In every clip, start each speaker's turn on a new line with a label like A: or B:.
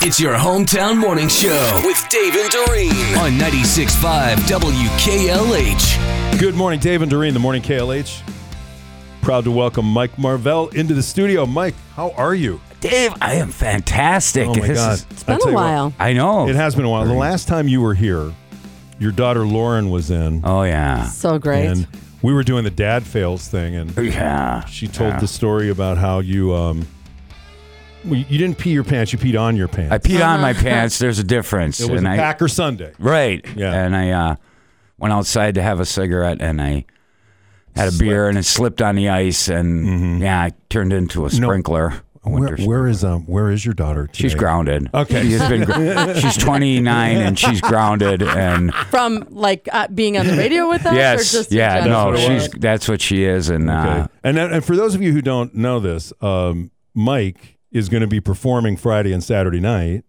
A: It's your hometown morning show
B: with Dave and Doreen.
A: on 96.5 WKLH.
C: Good morning, Dave and Doreen, the morning KLH. Proud to welcome Mike Marvell into the studio. Mike, how are you?
D: Dave, I am fantastic.
C: Oh my
D: This
C: God.
D: is-
C: It's
E: Been a while.
D: I know.
C: it has been a while. The last time you were here, your daughter Lauren was in.
D: Oh yeah.
E: So great.
C: And we were doing the dad fails thing, and
D: Yeah.
C: she told the story about how you um, well, you didn't pee your pants, you peed on your pants.
D: I peed
E: Uh-huh.
D: on my pants. There's a difference.
C: it was
D: and
C: a
D: I
C: Packer Sunday.
D: right.
C: Yeah.
D: And I uh, went outside to have a cigarette and I had a beer and it slipped on the ice and
C: Mm-hmm.
D: yeah, I turned into a sprinkler. a
C: Where,
D: winter sp-
C: where is um where is your daughter?
D: She's
C: today?
D: grounded.
C: Okay.
D: She has been gr- she's 29 and she's grounded and
E: From like uh, being on the radio with us,
D: yes,
E: or just in
D: yeah,
E: general?
D: no,
C: That's what it
D: she's that's what she is and
C: Okay.
D: uh,
C: and, then- and for those of you who don't know this, um, Mike is going to be performing Friday and Saturday night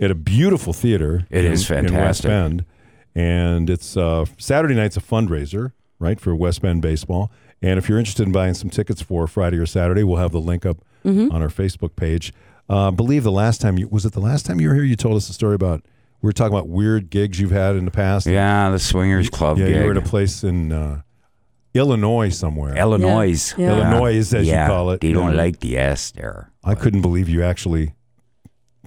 C: at a beautiful theater.
D: It
C: It
D: is
C: is In West
D: fantastic.
C: Bend, and it's uh, Saturday night's a fundraiser, right, for West Bend baseball. And if you're interested in buying some tickets for Friday or Saturday, we'll have the link up on our Facebook page. Uh, I believe the last time you was it the last time you were here, you told us a story about we were talking about weird gigs you've had in the past.
D: yeah, the swingers club
C: yeah, you were at a
D: gig.
C: place in uh, Illinois somewhere.
D: Illinois.
E: Yeah.
C: Illinois, as you
D: Yeah,
C: call it.
D: They don't
C: Yeah.
D: like the S there.
C: I couldn't believe you actually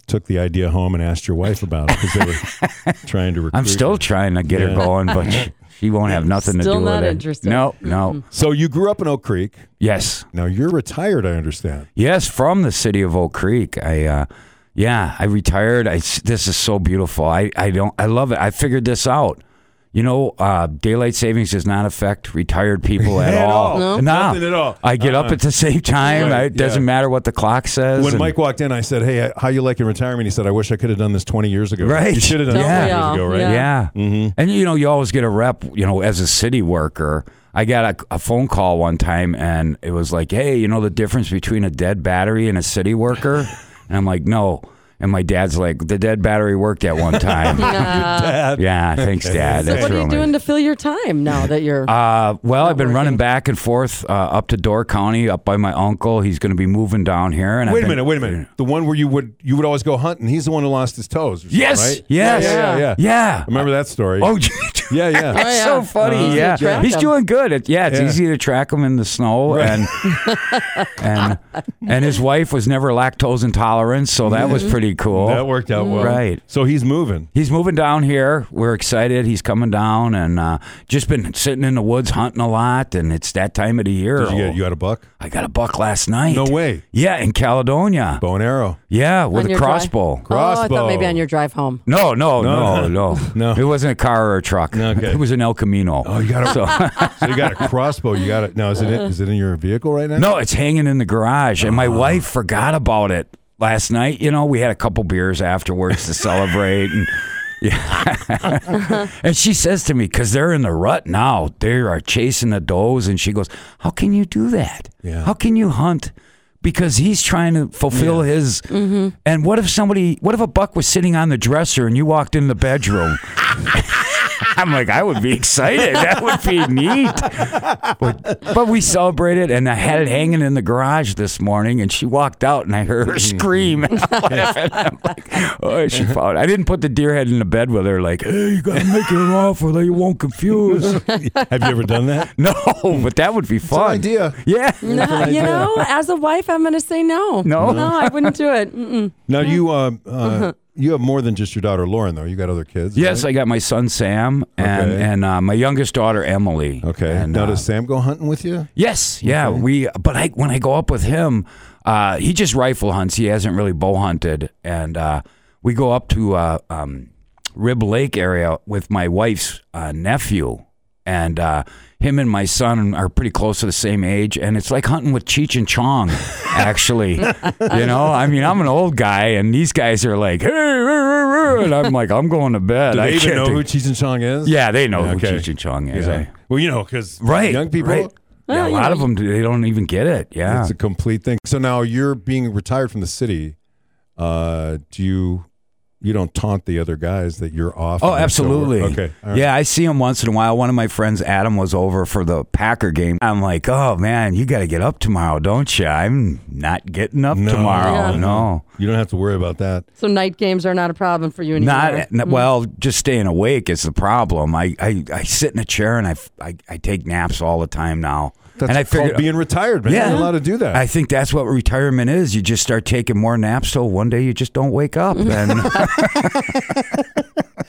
C: took the idea home and asked your wife about it because they were trying to recruit.
D: I'm still
C: you.
D: trying to get
C: Yeah.
D: her going, but she- she won't have nothing
E: Still
D: to do
E: not
D: with it.
E: interested.
D: No, no.
C: So you grew up in Oak Creek.
D: Yes.
C: Now you're retired, I understand.
D: Yes, from the city of Oak Creek. I uh yeah, I retired. I s- this is so beautiful. I I don't I love it. I figured this out. You know, uh, daylight savings does not affect retired people at,
C: At
D: all.
C: all. No. Nothing at all.
D: I get up
C: Uh-uh.
D: at the same time.
C: Right,
D: I- it doesn't
C: yeah.
D: matter what the clock says.
C: When
D: and-
C: Mike walked in, I said, "Hey, how you liking retirement?" He said, "I wish I could have done this 20 years ago.
D: Right.
C: You should have done
D: Don't
C: this 20
D: we
C: years
E: all?
C: ago, right?
E: Yeah.
D: Yeah. Mm-hmm.
C: Mm-hmm.
D: And you know, you always get a rep, you know, as a city worker. I got a, a phone call one time and it was like, hey, you know the difference between a dead battery and a city worker? And I'm like, no. And my dad's like, the dead battery worked at one time.
C: Dad.
D: yeah, thanks, Dad.
E: So
D: That's
E: what are you
D: really-
E: doing to fill your time now that you're?
D: Uh, well, I've been running
E: working?
D: back and forth uh, up to Door County, up by my uncle. He's going to be moving down here. And I've
C: Wait a
D: been-
C: minute. Wait a minute. The one where you would you would always go hunting. He's the one who lost his toes. or something,
D: Yes.
C: Right?
D: Yes.
C: Yeah. Yeah. Yeah.
D: Yeah.
C: I remember that story.
D: Oh,
C: yeah. Oh, Yeah.
D: That's
E: yeah.
D: so funny.
E: Easy to
D: yeah,
E: track
D: Uh, he's
E: 'em.
D: doing good. It, yeah, it's
C: Yeah.
D: easy to track him in the snow, and and and his wife was never lactose intolerant, so that was pretty cool.
C: That worked out well.
D: Right.
C: So he's moving.
D: He's moving down here. We're excited. He's coming down, and uh, just been sitting in the woods hunting a lot. And it's that time of the year.
C: Did you get you had a buck?
D: I got a buck last night.
C: No way.
D: Yeah, in Caledonia.
C: Bow and arrow.
D: Yeah,
E: on
D: with a
E: your
D: crossbow.
E: Drive? Oh, I
C: Crossbow.
E: thought maybe on your drive home.
D: No, no,
C: No.
D: no, no,
C: No.
D: It wasn't a car or a truck.
C: Okay.
D: It was an El Camino.
C: Oh, you got a
D: So-
C: So you got a crossbow. You got it now. Is it in, is it in your vehicle right now?
D: No, it's hanging in the garage, and my wife forgot about it last night. You know, we had a couple beers afterwards to celebrate, and yeah, and she says to me because they're in the rut now. They are chasing the does, and she goes, "How can you do that?
C: Yeah.
D: How can you hunt?" Because he's trying to fulfill his. And what if somebody, what if a buck was sitting on the dresser and you walked in the bedroom? I'm like, I would be excited. That would be neat. But we celebrated, and I had it hanging in the garage this morning, and she walked out, and I heard her scream. And I'm like, oh, she found. I didn't put the deer head in the bed with her, like, hey, you gotta make her an offer that you won't confuse.
C: Have you ever done that?
D: No, but that would be
C: It's an
D: fun.
C: idea.
D: Yeah.
E: No, you know, as a wife, I'm going to say no.
D: No?
E: no, I wouldn't do it. Mm-mm.
C: Now you uh, uh, you have more than just your daughter Lauren though. You got other kids.
D: Uh-huh. Yes,
C: right?
D: I got my son Sam and
C: Okay.
D: and uh, my youngest daughter Emily.
C: Okay.
D: And,
C: now
D: uh,
C: does Sam go hunting with you?
D: Yes, yeah, we. But I when I go up with him, uh, he just rifle hunts. He hasn't really bow hunted, and uh, we go up to uh, um, Rib Lake area with my wife's uh, nephew, and uh, him and my son are pretty close to the same age, and it's like hunting with Cheech and Chong, actually. you know, I mean, I'm an old guy, and these guys are like, hey, rah, rah, rah," and I'm like, I'm going to bed.
C: Do
D: I
C: they even
D: can't
C: know
D: do-
C: who Cheech and Chong is?
D: yeah, they know
C: Okay.
D: who Cheech and Chong is.
C: Yeah.
D: I-
C: Well, you know, because
D: Right.
C: young people,
D: right. Yeah,
E: Well,
D: a
E: you
D: lot
E: know,
D: of them, they don't even get it. Yeah.
C: it's a complete thing. So now you're being retired from the city. Uh, do you? you don't taunt the other guys that you're off.
D: Oh,
C: and they're still
D: absolutely.
C: working. Okay. all right.
D: Yeah, I see him once in a while. One of my friends, Adam, was over for the Packer game. I'm like, oh man, you got to get up tomorrow, don't you? I'm not getting up
C: No,
D: tomorrow.
E: Yeah.
D: No,
C: You don't have to worry about that.
E: So night games are not a problem for you anymore.
D: not n- well. Just staying awake is the problem. I, I, I sit in a chair and I, f- I, I take naps all the time now.
C: That's
D: and I
C: called
D: figured,
C: being retired, man.
D: Yeah.
C: You're allowed to do that.
D: I think that's what retirement is. You just start taking more naps, so one day you just don't wake up, and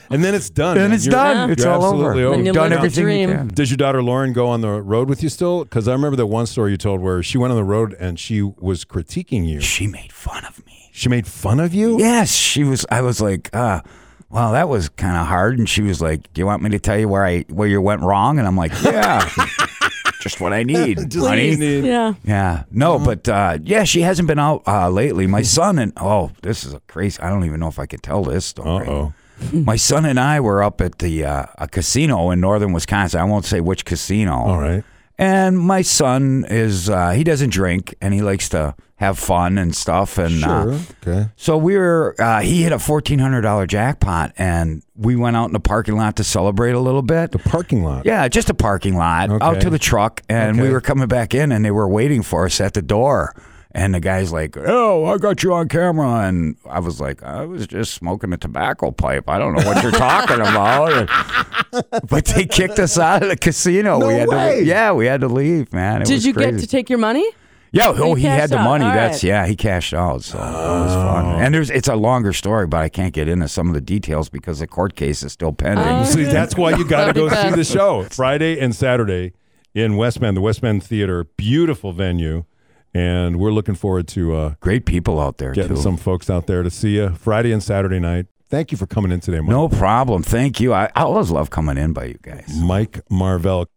C: and then it's done.
D: then
C: man.
D: it's
C: You're-
D: done. It's
C: you're
D: all over.
C: absolutely
E: Then
C: over.
E: you
D: You've done
E: live the
D: everything you
E: dream.
D: can.
C: Does your daughter Lauren go on the road with you still? Because I remember that one story you told where she went on the road and she was critiquing you.
D: She made fun of me.
C: She made fun of you.
D: Yes, she was. I was like, uh, "Wow, that was kind of hard." And she was like, "Do you want me to tell you where I where you went wrong?" And I'm like, "Yeah, just what I need,
C: Just Mm-hmm. what
D: honey."
C: you need.
E: Yeah.
D: Yeah, no, but uh, yeah, she hasn't been out uh, lately. My son and oh, this is a crazy. I don't even know if I could tell this
C: Uh
D: story.
C: oh.
D: My son and I were up at the uh, a casino in northern Wisconsin. I won't say which casino.
C: All right.
D: And my son is uh, he doesn't drink and he likes to have fun and stuff and uh,
C: Sure. okay.
D: so we were, uh, he hit a $1,400 jackpot and we went out in the parking lot to celebrate a little bit.
C: The parking lot.
D: Yeah, just a parking lot, out
C: Okay.
D: to the truck. And we
C: Okay.
D: were coming back in and they were waiting for us at the door. And the guy's like, Oh, I got you on camera. And I was like, I was just smoking a tobacco pipe. I don't know what you're talking about. but they kicked us out of the casino.
C: No
D: we had
C: way.
D: To, yeah, we had to leave, man. It
E: Did
D: was
E: you
D: crazy.
E: get to take your money?
D: Yeah, oh, he
E: cashed
D: had the
E: out.
D: money.
E: All
D: That's
E: right.
D: yeah, he cashed out. So that was
C: Oh.
D: fun. And there's it's a longer story, but I can't get into some of the details because the court case is still pending.
E: Oh.
C: See, that's why you got to go
E: Sorry,
C: see the show Friday and Saturday in West Bend, the West Bend Theater. Beautiful venue, and we're looking forward to uh,
D: Great people out there
C: getting
D: too.
C: some folks out there to see you Friday and Saturday night. Thank you for coming in today, Mike.
D: no problem. Thank you. I, I always love coming in by you guys.
C: Mike Marvell.